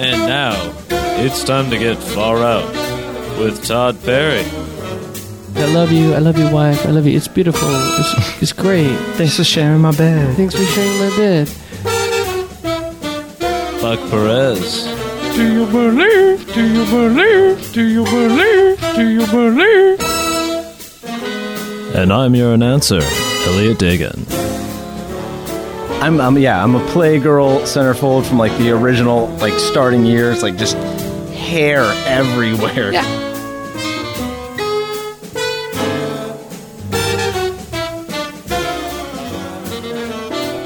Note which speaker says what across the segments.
Speaker 1: And now, it's time to get far out with Todd Perry.
Speaker 2: I love you. I love your wife. I love you. It's beautiful. It's, it's great.
Speaker 3: Thanks for sharing my bed.
Speaker 2: Thanks for sharing my bed.
Speaker 1: Buck Perez.
Speaker 3: Do you believe? Do you believe? Do you believe? Do you believe?
Speaker 1: And I'm your announcer, Elliot Dagan.
Speaker 4: I'm, I'm yeah, I'm a playgirl centerfold from like the original like starting years, like just hair everywhere.
Speaker 2: Yeah.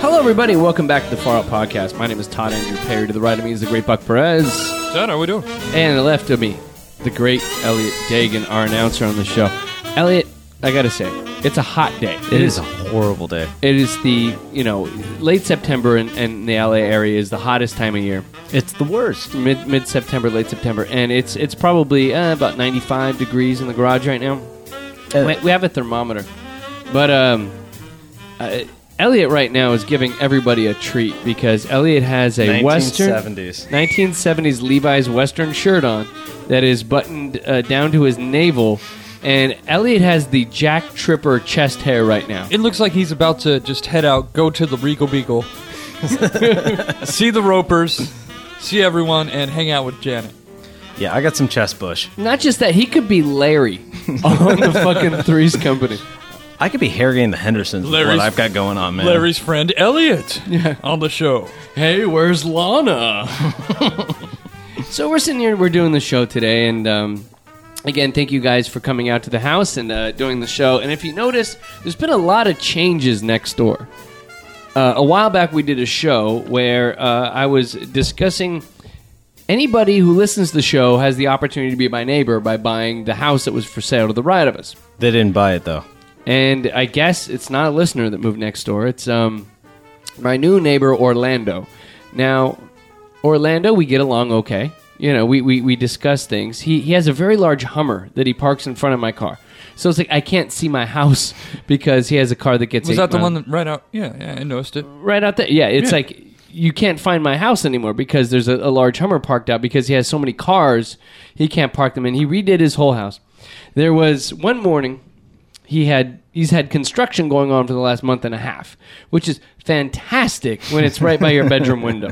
Speaker 5: Hello, everybody. Welcome back to the Far Out Podcast. My name is Todd Andrew Perry. To the right of me is the great Buck Perez.
Speaker 1: Todd, how we doing?
Speaker 5: And to the left of me, the great Elliot Dagan, our announcer on the show. Elliot, I got to say, it's a hot day.
Speaker 4: It is a horrible day.
Speaker 5: It is the, you know, late September in, in the LA area is the hottest time of year.
Speaker 4: It's the worst.
Speaker 5: Mid mid September, late September. And it's it's probably uh, about 95 degrees in the garage right now.
Speaker 4: Uh,
Speaker 5: We, we have a thermometer, but um, uh, Elliot right now is giving everybody a treat because Elliot has a Western
Speaker 4: 1970s.
Speaker 5: 1970s Levi's Western shirt on that is buttoned uh, down to his navel, and Elliot has the Jack Tripper chest hair right now.
Speaker 6: It looks like he's about to just head out, go to the Regal Beagle, see the ropers, see everyone, and hang out with Janet.
Speaker 4: Yeah, I got some chest bush.
Speaker 5: Not just that, he could be Larry on the fucking Three's Company.
Speaker 4: I could be Harry and the Hendersons. with
Speaker 6: Larry's-
Speaker 4: what I've got going on, man.
Speaker 6: Larry's friend Elliot on the show.
Speaker 5: Hey, where's Lana? so we're sitting here, we're doing the show today, and um, again, thank you guys for coming out to the house and uh, doing the show. And if you notice, there's been a lot of changes next door. Uh, a while back, we did a show where uh, I was discussing anybody who listens to the show has the opportunity to be my neighbor by buying the house that was for sale to the right of us.
Speaker 4: They didn't buy it though.
Speaker 5: And I guess it's not a listener that moved next door. It's um, my new neighbor, Orlando. Now, Orlando, we get along okay. You know, we, we, we discuss things. He, he has a very large Hummer that he parks in front of my car. So it's like I can't see my house because he has a car that gets
Speaker 6: Was
Speaker 5: eight
Speaker 6: that the
Speaker 5: miles-
Speaker 6: one that right out? Yeah, yeah, I noticed it.
Speaker 5: right out there. Yeah, it's
Speaker 6: Yeah.
Speaker 5: like you can't find my house anymore because there's a, a large Hummer parked out because he has so many cars, he can't park them in. He redid his whole house. There was one morning he had he's had construction going on for the last month and a half, which is fantastic when it's right by your bedroom window.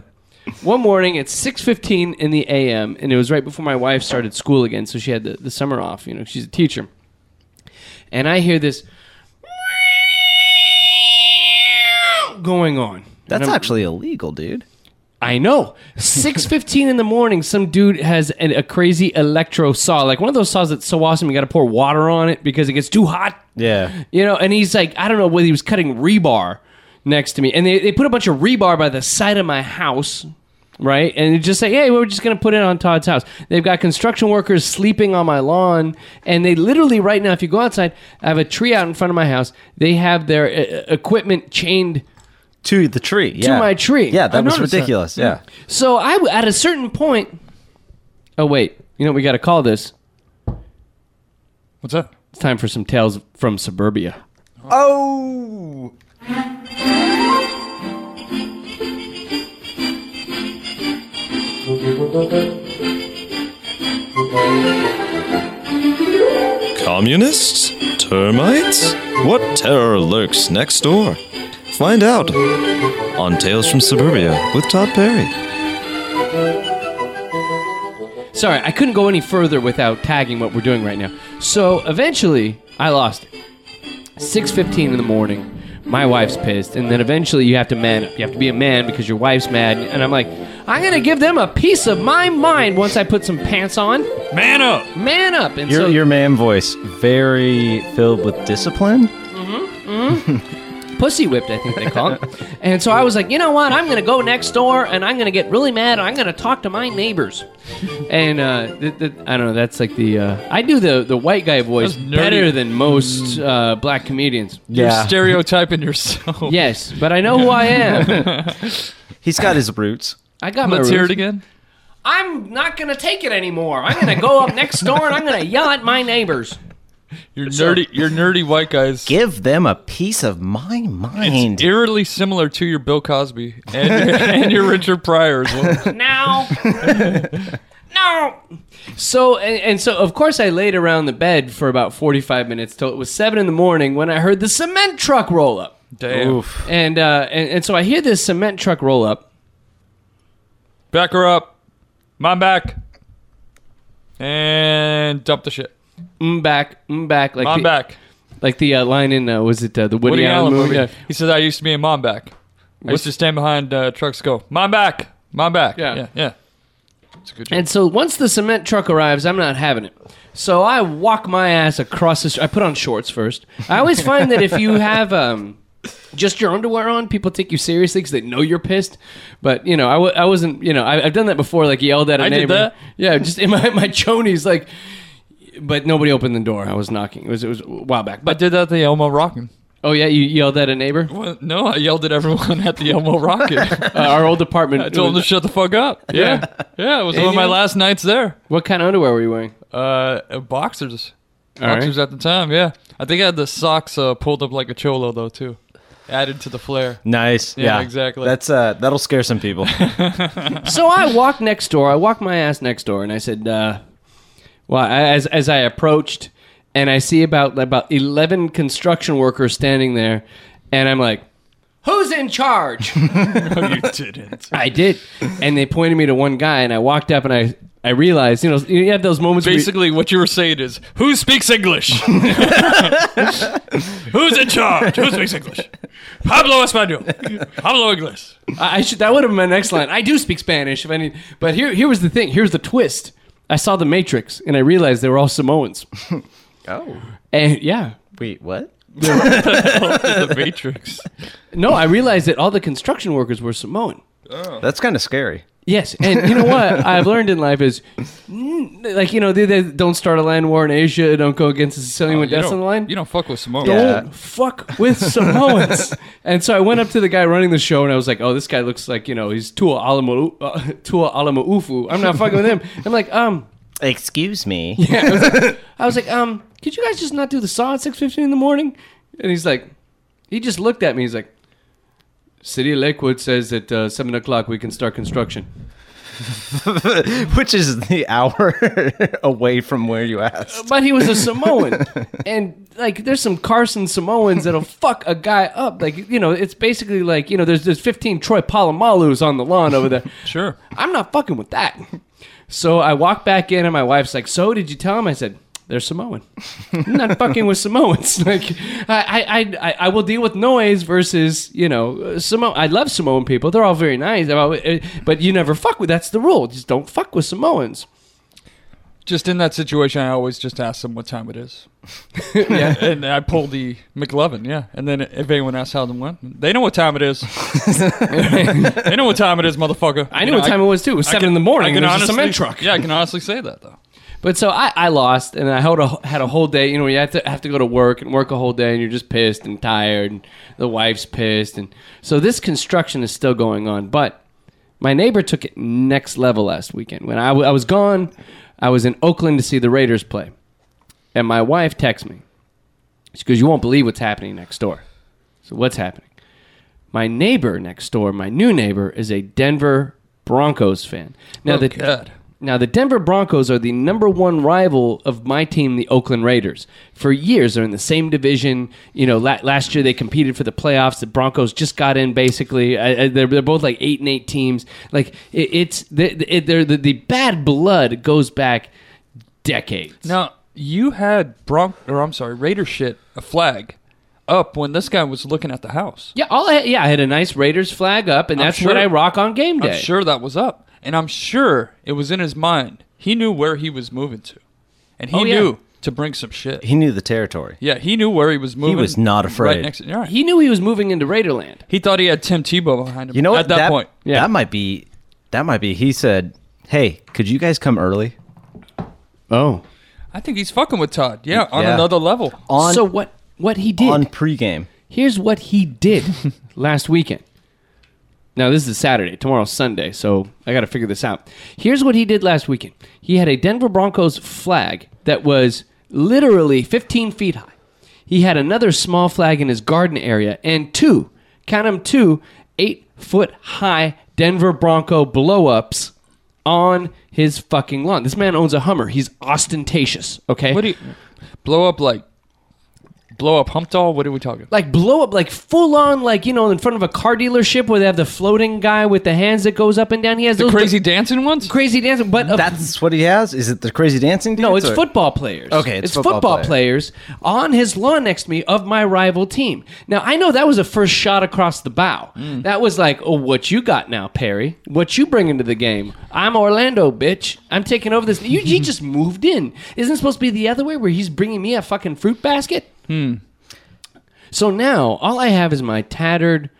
Speaker 5: One morning, it's six fifteen in the a.m., and it was right before my wife started school again, so she had the, the summer off. You know, she's a teacher, and I hear this going on.
Speaker 4: That's
Speaker 5: And I'm-
Speaker 4: actually illegal, dude.
Speaker 5: I know. Six fifteen in the morning, some dude has an, a crazy electro saw, like one of those saws that's so awesome you got to pour water on it because it gets too hot.
Speaker 4: Yeah.
Speaker 5: You know, and he's like, I don't know whether he was cutting rebar next to me, and they, they put a bunch of rebar by the side of my house. Right, and they just say, "Hey, we're just gonna put it on Todd's house." They've got construction workers sleeping on my lawn, and they literally right now, if you go outside, I have a tree out in front of my house. They have their uh, equipment chained
Speaker 4: To the tree. Yeah.
Speaker 5: my tree.
Speaker 4: Yeah, that
Speaker 6: I
Speaker 4: was
Speaker 6: noticed that.
Speaker 4: ridiculous. Yeah.
Speaker 5: So I w- at a certain point. Oh wait, you know what we got to call this.
Speaker 6: What's that?
Speaker 5: It's time for some tales from suburbia.
Speaker 4: Oh.
Speaker 1: Communists? Termites? What terror lurks next door? Find out on Tales from Suburbia with Todd Perry.
Speaker 5: Sorry, I couldn't go any further without tagging what we're doing right now. So eventually, I lost it. Six fifteen in the morning. My wife's pissed, and then eventually you have to man up. You have to be a man because your wife's mad, and I'm like, I'm gonna give them a piece of my mind once I put some pants on.
Speaker 6: Man up!
Speaker 5: Man up, and
Speaker 4: Your
Speaker 5: so
Speaker 4: your man voice very filled with discipline.
Speaker 5: pussy whipped, I think they call it. and so I was like, you know what? I'm going to go next door and I'm going to get really mad and I'm going to talk to my neighbors. And uh, th- th- I don't know. That's like the uh, I do the the white guy voice
Speaker 6: That's nerdy.
Speaker 5: better than most uh, black comedians.
Speaker 6: You're stereotyping yourself.
Speaker 5: Yes, but I know who I am.
Speaker 4: He's got his roots.
Speaker 5: I got my.
Speaker 6: Let's hear
Speaker 5: roots.
Speaker 6: it again.
Speaker 5: I'm not going to take it anymore. I'm going to go up next door and I'm going to yell at my neighbors.
Speaker 6: Your nerdy, your nerdy white guys.
Speaker 4: Give them a piece of my mind.
Speaker 6: It's eerily similar to your Bill Cosby and your, and your Richard Pryor as well.
Speaker 5: now. no. So and, and so, of course, I laid around the bed for about forty-five minutes till it was seven in the morning when I heard the cement truck roll up.
Speaker 6: Damn.
Speaker 5: And uh, and, and so I hear this cement truck roll up.
Speaker 6: Back her up. Mom back. And dump the shit.
Speaker 5: Mm back, mm back, like
Speaker 6: Mom
Speaker 5: the,
Speaker 6: back.
Speaker 5: like the uh, line in uh, was it uh, the Woody,
Speaker 6: Woody
Speaker 5: Allen,
Speaker 6: Allen movie.
Speaker 5: movie?
Speaker 6: He says, I used to be a mom back. I used to stand behind uh, trucks go, Mom back. Mom back.
Speaker 5: Yeah.
Speaker 6: Yeah. yeah. It's a good job.
Speaker 5: And so once the cement truck arrives, I'm not having it. So I walk my ass across the. St- I put on shorts first. I always find that if you have um, just your underwear on, people take you seriously because they know you're pissed. But you know, I w- I wasn't. You know, I- I've done that before. Like yelled at a
Speaker 6: I did
Speaker 5: neighbor.
Speaker 6: that.
Speaker 5: Yeah, just in my my chonies. Like, but nobody opened the door. I was knocking. It was it was a while back.
Speaker 6: I
Speaker 5: But
Speaker 6: did that at the Elmo Rockin'.
Speaker 5: oh yeah, you yelled at a neighbor.
Speaker 6: Well, no, I yelled at everyone at the Elmo Rocket.
Speaker 5: Uh, our old apartment.
Speaker 6: I told them to shut the fuck up. Yeah. Yeah, it was one of my last nights there.
Speaker 5: What kind of underwear were you wearing?
Speaker 6: Uh, boxers.
Speaker 5: right.
Speaker 6: Boxers at the time, yeah. I think I had the socks uh, pulled up like a cholo, though, too. Added to the flair.
Speaker 4: nice.
Speaker 6: Yeah,
Speaker 4: Yeah,
Speaker 6: exactly.
Speaker 4: That's uh, that'll scare some people.
Speaker 5: so I walked next door. I walked my ass next door, and I said, uh, "Well, I- as as I approached, and I see about about eleven construction workers standing there, and I'm like." Who's in charge?
Speaker 6: No, you didn't.
Speaker 5: I did, and they pointed me to one guy, and I walked up, and I I realized, you know, you have those moments. where you-
Speaker 6: Basically, what you were saying is, who speaks English? Who's in charge? Who speaks English? Pablo Espanol. Pablo English.
Speaker 5: I, I should that would have been my next line. I do speak Spanish, if I need. But here here was the thing. Here's the twist. I saw the Matrix, and I realized they were all Samoans.
Speaker 4: oh,
Speaker 5: And yeah,
Speaker 4: wait, what?
Speaker 6: Oh, the Matrix.
Speaker 5: no, I realized that all the construction workers were Samoan.
Speaker 4: That's kind of scary.
Speaker 5: Yes, and you know what I've learned in life is, mm, like you know, they, they don't start a land war in Asia. Don't go against the Sicilian when death's on the line.
Speaker 6: Oh, you don't fuck with Simone.
Speaker 5: don't fuck with Samoans. and so I went up to the guy running the show, and I was like, "Oh, this guy looks like you know he's Tua Alamu uh, Tua Alamaufu. I'm not fucking with him." I'm like, um,
Speaker 4: Excuse me.
Speaker 5: I was like, um, could you guys just not do the saw at six fifteen in the morning? And he's like, he just looked at me. He's like, City of Lakewood says at uh, seven o'clock we can start construction.
Speaker 4: Which is the hour away from where you asked.
Speaker 5: But he was a Samoan, and like, there's some Carson Samoans that'll fuck a guy up. Like, you know, it's basically like, you know, there's there's 15 Troy Palomalus on the lawn over there.
Speaker 6: Sure.
Speaker 5: I'm not fucking with that. So I walk back in, and my wife's like, "So did you tell him?" I said, "They're Samoan. I'm not fucking with Samoans. Like, I, I, I, I will deal with noise versus you know Samoan. I love Samoan people. They're all very nice, but you never fuck with. That's the rule. Just don't fuck with Samoans.
Speaker 6: Just in that situation, I always just ask them what time it is. And I pull the McLovin, yeah. And then if anyone asks how them went, they know what time it is. they know what time it is, motherfucker.
Speaker 5: I knew what time it was too. It was seven in the morning. There was a cement truck.
Speaker 6: Yeah, I can honestly say that, though.
Speaker 5: But so I, I lost, and I held a, had a whole day. You know, you have to have to go to work and work a whole day, and you're just pissed and tired, and the wife's pissed, and so this construction is still going on. But my neighbor took it next level last weekend. When I, w- I was gone, I was in Oakland to see the Raiders play, and my wife texts me. She goes, "You won't believe what's happening next door." So what's happening? My neighbor next door, my new neighbor, is a Denver Broncos fan. Now the
Speaker 6: God.
Speaker 5: now, the Denver Broncos are the number one rival of my team, the Oakland Raiders. For years, they're in the same division. You know, la- last year they competed for the playoffs. The Broncos just got in, basically. I, I, they're, they're both like eight and eight teams. Like it, it's they, it, they're, the the bad blood goes back decades.
Speaker 6: Now you had Bronc or I'm sorry, Raider shit a flag up when this guy was looking at the house.
Speaker 5: Yeah, all I, yeah, I had a nice Raiders flag up, and
Speaker 6: I'm
Speaker 5: that's
Speaker 6: sure-
Speaker 5: what I rock on game day.
Speaker 6: I'm sure that was up, and I'm sure it was in his mind. He knew where he was moving to, and he
Speaker 5: Oh, yeah.
Speaker 6: knew to bring some shit.
Speaker 4: He knew the territory.
Speaker 6: Yeah, he knew where he was moving.
Speaker 4: was not
Speaker 6: Right
Speaker 4: afraid.
Speaker 6: next, yeah, he,
Speaker 5: He knew he was moving into Raiderland.
Speaker 6: he thought he had Tim Tebow behind him.
Speaker 4: You know what?
Speaker 6: At that, point,
Speaker 5: Yeah.
Speaker 4: That might be. That might be. He said, "Hey, could you guys come early?"
Speaker 5: Oh,
Speaker 6: I think he's fucking with Todd. Yeah, on
Speaker 4: Yeah.
Speaker 6: another level.
Speaker 4: On
Speaker 5: so what? What he did
Speaker 4: on pregame.
Speaker 5: Here's what he did last weekend. Now, this is Saturday. Tomorrow's Sunday, so I got to figure this out. Here's what he did last weekend. He had a Denver Broncos flag that was literally 15 feet high. He had another small flag in his garden area and two, count 'em two, eight foot high Denver Bronco blow ups on his fucking lawn. This man owns a Hummer. He's ostentatious, okay?
Speaker 6: What do you blow up like? Blow up hump doll? What are we talking?
Speaker 5: like blow up, like full on, like, you know, in front of a car dealership where they have the floating guy with the hands that goes up and down. He has those
Speaker 6: Crazy dancing ones?
Speaker 5: crazy dancing, but a
Speaker 4: That's what he has. Is it the crazy dancing? Dudes
Speaker 5: No, it's
Speaker 4: or-
Speaker 5: football players.
Speaker 4: Okay,
Speaker 5: it's,
Speaker 4: it's
Speaker 5: football,
Speaker 4: football
Speaker 5: players on his lawn next to me of my rival team. Now I know that was a first shot across the bow. That was like, oh, what you got now, Perry? What you bringing to the game? I'm Orlando, bitch. I'm taking over this. You, he just moved in. Isn't it supposed to be the other way where he's bringing me a fucking fruit basket? So now all I have is my tattered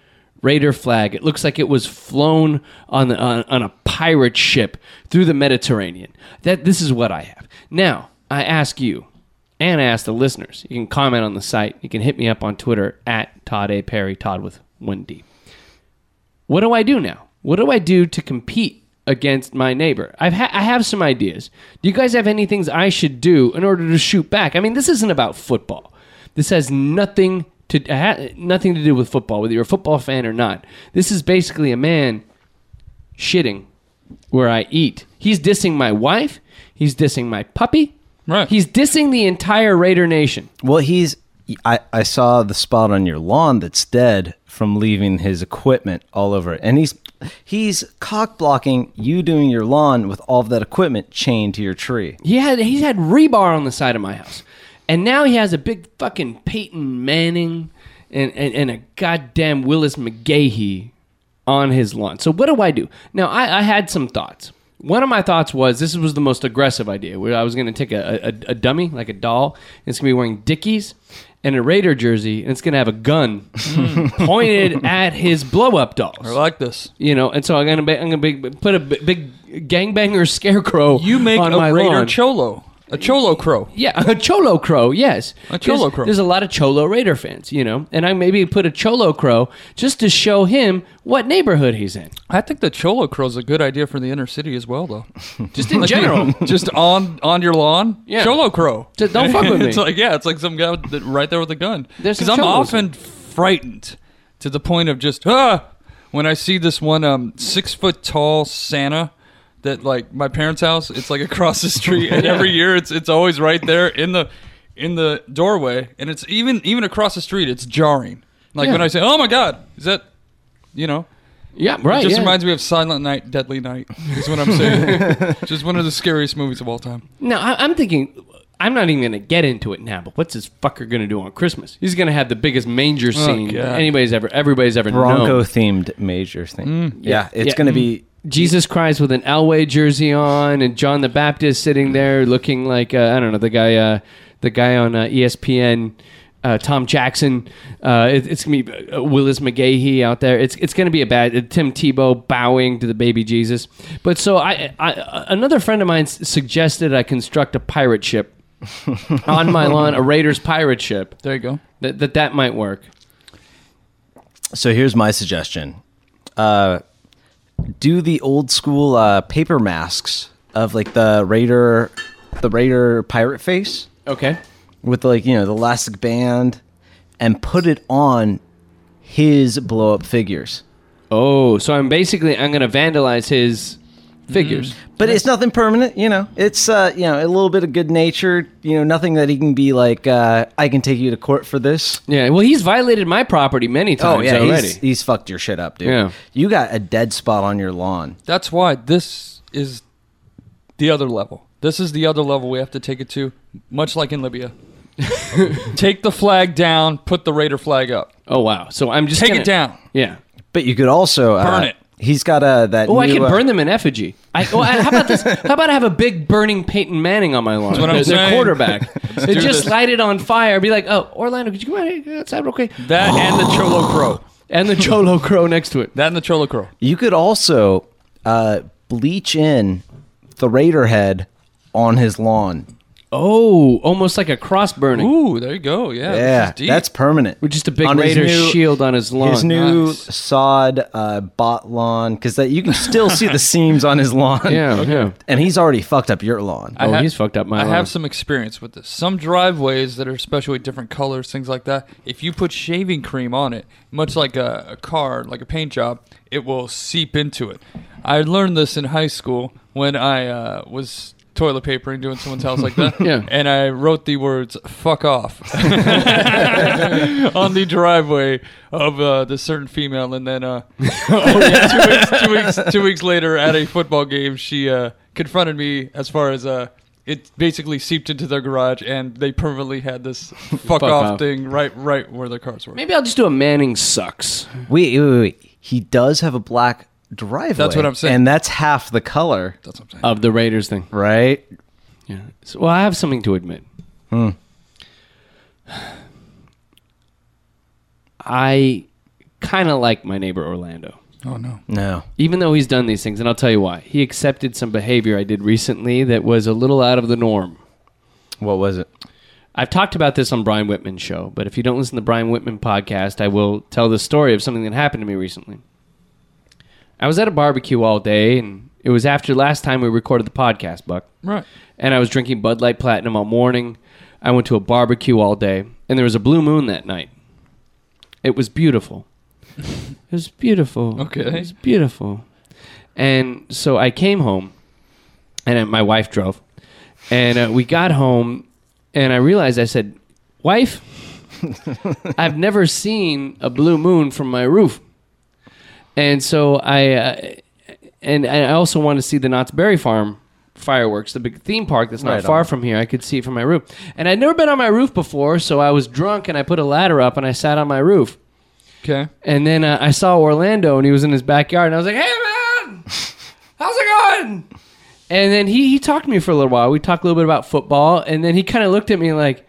Speaker 5: Raider flag. It looks like it was flown on, the, on on a pirate ship through the Mediterranean. That this is what I have. Now I ask you, and I ask the listeners. You can comment on the site. You can hit me up on Twitter at Todd A Perry Todd with one D. What do I do now? What do I do to compete against my neighbor? I've ha- I have some ideas. Do you guys have any things I should do in order to shoot back? I mean, this isn't about football. This has nothing to ha- nothing to do with football, whether you're a football fan or not. This is basically a man shitting where I eat. He's dissing my wife. He's dissing my puppy.
Speaker 6: Right.
Speaker 5: He's dissing the entire Raider Nation.
Speaker 4: Well, he's. I, I saw the spot on your lawn that's dead from leaving his equipment all over it, and he's he's cock blocking you doing your lawn with all of that equipment chained to your tree.
Speaker 5: He had he's had rebar on the side of my house, and now he has a big fucking Peyton Manning and and, and a goddamn Willis McGahee on his lawn. So what do I do now? I, I had some thoughts. One of my thoughts was this was the most aggressive idea, where I was going to take a, a, a dummy like a doll, and it's going to be wearing Dickies and a Raider jersey, and it's going to have a gun
Speaker 6: Mm.
Speaker 5: pointed at his blow up dolls.
Speaker 6: I like this.
Speaker 5: You know, and so I'm gonna be, I'm gonna be, put a b- big gangbanger scarecrow.
Speaker 6: You make
Speaker 5: on my
Speaker 6: a raider
Speaker 5: lawn.
Speaker 6: cholo, a cholo crow.
Speaker 5: Yeah, a Cholo Crow. Yes,
Speaker 6: A Cholo
Speaker 5: There's-
Speaker 6: Crow.
Speaker 5: There's a lot of Cholo Raider fans, you know, and I maybe put a Cholo Crow just to show him what neighborhood he's in.
Speaker 6: I think the cholo crow's a good idea for the inner city as well, though.
Speaker 5: Just in
Speaker 6: Like,
Speaker 5: general,
Speaker 6: you- just on on your lawn.
Speaker 5: Yeah.
Speaker 6: Cholo crow.
Speaker 5: Just don't fuck with
Speaker 6: it's
Speaker 5: me.
Speaker 6: like yeah, it's like some guy with the- right there with a gun.
Speaker 5: There's some
Speaker 6: Because I'm
Speaker 5: cholos
Speaker 6: often frightened to the point of just ah when I see this one um six foot tall Santa that like my parents' house. It's like across the street, and every year it's it's always right there in the in the doorway, and it's even even across the street. It's jarring. Like when I say, "Oh my God, is that?" You know,
Speaker 5: yeah, right.
Speaker 6: it just
Speaker 5: yeah.
Speaker 6: reminds me of Silent Night, Deadly Night. Is what I'm saying. just one of the scariest movies of all time.
Speaker 5: No, I, I'm thinking. I'm not even gonna get into it now, but what's this fucker gonna do on Christmas? He's gonna have the biggest manger scene
Speaker 6: Oh, God.
Speaker 5: anybody's ever, everybody's ever
Speaker 4: Bronco
Speaker 5: known.
Speaker 4: themed major thing. yeah, Mm. it's
Speaker 5: Yeah.
Speaker 4: gonna be.
Speaker 5: Jesus Christ with an Elway jersey on, and John the Baptist sitting there looking like uh, I don't know the guy, uh, the guy on uh, ESPN, uh, Tom Jackson. Uh, it, it's gonna be uh, Willis McGahee out there. It's it's gonna be a bad uh, Tim Tebow bowing to the baby Jesus. But so I, I another friend of mine s- suggested I construct a pirate ship on my lawn, a Raiders pirate ship.
Speaker 6: There you go.
Speaker 5: That that, that might work.
Speaker 4: So here's my suggestion: uh, do the old school uh, paper masks of like the raider, the raider pirate face.
Speaker 5: Okay.
Speaker 4: with like you know the elastic band and put it on his blow up figures
Speaker 5: Oh, so I'm basically I'm gonna vandalize his figures.
Speaker 4: but it's nothing permanent you know it's uh you know a little bit of good nature you know nothing that he can be like uh i can take you to court for this
Speaker 5: Yeah, well, he's violated my property many times already.
Speaker 4: Oh, he's, he's fucked your shit up dude
Speaker 5: Oh, Yeah.
Speaker 4: you got a dead spot on your lawn
Speaker 6: That's why this is the other level. This is the other level we have to take it to, much like in Libya. take the flag down, put the Raider flag up.
Speaker 5: oh wow! So I'm just
Speaker 6: Take
Speaker 5: gonna-
Speaker 6: it down.
Speaker 5: Yeah.
Speaker 4: but you could also uh,
Speaker 6: Burn it.
Speaker 4: he's got uh that
Speaker 5: Oh, I
Speaker 4: new,
Speaker 5: can
Speaker 4: uh,
Speaker 5: burn them in effigy. I, oh, I- how about this? How about I have a big burning Peyton Manning on my lawn?
Speaker 6: what I'm
Speaker 5: their, their
Speaker 6: saying.
Speaker 5: quarterback. they
Speaker 6: do
Speaker 5: just
Speaker 6: this.
Speaker 5: light it on fire. Be like, oh, Orlando, could you come out here outside real quick?
Speaker 6: That and the Cholo Crow.
Speaker 5: And the Cholo Crow next to it.
Speaker 6: That and the Cholo Crow.
Speaker 4: you could also uh bleach in the raider head on his lawn
Speaker 5: Oh, almost like a cross burning
Speaker 6: Ooh, there you go. Yeah, this
Speaker 4: yeah,
Speaker 6: is deep.
Speaker 4: that's permanent.
Speaker 5: with just a big
Speaker 4: On his
Speaker 5: raider
Speaker 4: new-
Speaker 5: shield on his lawn.
Speaker 4: His new
Speaker 6: nice.
Speaker 4: sod uh, bot lawn, because that you can still see the seams on his lawn.
Speaker 5: yeah, yeah.
Speaker 4: and he's already fucked up your lawn.
Speaker 6: I
Speaker 5: oh,
Speaker 6: ha-
Speaker 5: he's fucked up my
Speaker 6: I
Speaker 5: lawn.
Speaker 6: have some experience with this. Some driveways that are especially different colors, things like that. If you put shaving cream on it, much like a, a car, like a paint job, it will seep into it. I learned this in high school when I uh, was toilet papering, doing someone's house like that.
Speaker 5: Yeah.
Speaker 6: And I wrote the words "fuck off" on the driveway of uh, this certain female, and then uh, two, weeks, two weeks two weeks later at a football game she uh, confronted me as far as uh, it basically seeped into their garage and they permanently had this fuck, off,
Speaker 5: off.
Speaker 6: thing right right where their cars were
Speaker 5: Maybe I'll just do a Manning sucks.
Speaker 4: Wait, wait, wait, wait. He does have a black driveway.
Speaker 6: That's what I'm saying.
Speaker 4: And that's half the color,
Speaker 6: that's what i'm saying
Speaker 5: of the Raiders thing.
Speaker 4: right?
Speaker 5: Yeah. So, well, I have something to admit. I kind of like my neighbor Orlando,
Speaker 6: oh no
Speaker 4: No.
Speaker 5: even though he's done these things, and I'll tell you why. He accepted some behavior I did recently that was a little out of the norm.
Speaker 4: What was it?
Speaker 5: I've talked about this on Brian Whitman's show, but if you don't listen to Brian Whitman podcast, I will tell the story of something that happened to me recently. I was at a barbecue all day, and it was after last time we recorded the podcast, Buck.
Speaker 6: right
Speaker 5: and I was drinking Bud Light Platinum all morning. I went to a barbecue all day, and there was a blue moon that night. It was beautiful. it was beautiful.
Speaker 6: Okay.
Speaker 5: It was beautiful. And so I came home, and uh, my wife drove, and uh, we got home, and I realized I said, "Wife, I've never seen a blue moon from my roof," and so I, uh, and I also want to see the Knott's Berry Farm fireworks, the big theme park that's not
Speaker 4: Right
Speaker 5: far
Speaker 4: on.
Speaker 5: from here. I could see it from my roof, and I'd never been on my roof before, so I was drunk and I put a ladder up and I sat on my roof.
Speaker 6: okay
Speaker 5: And then uh, I saw Orlando, and he was in his backyard, and I was like, "Hey, man, how's it going?" And then he he talked to me for a little while. We talked a little bit about football, and then he kind of looked at me like,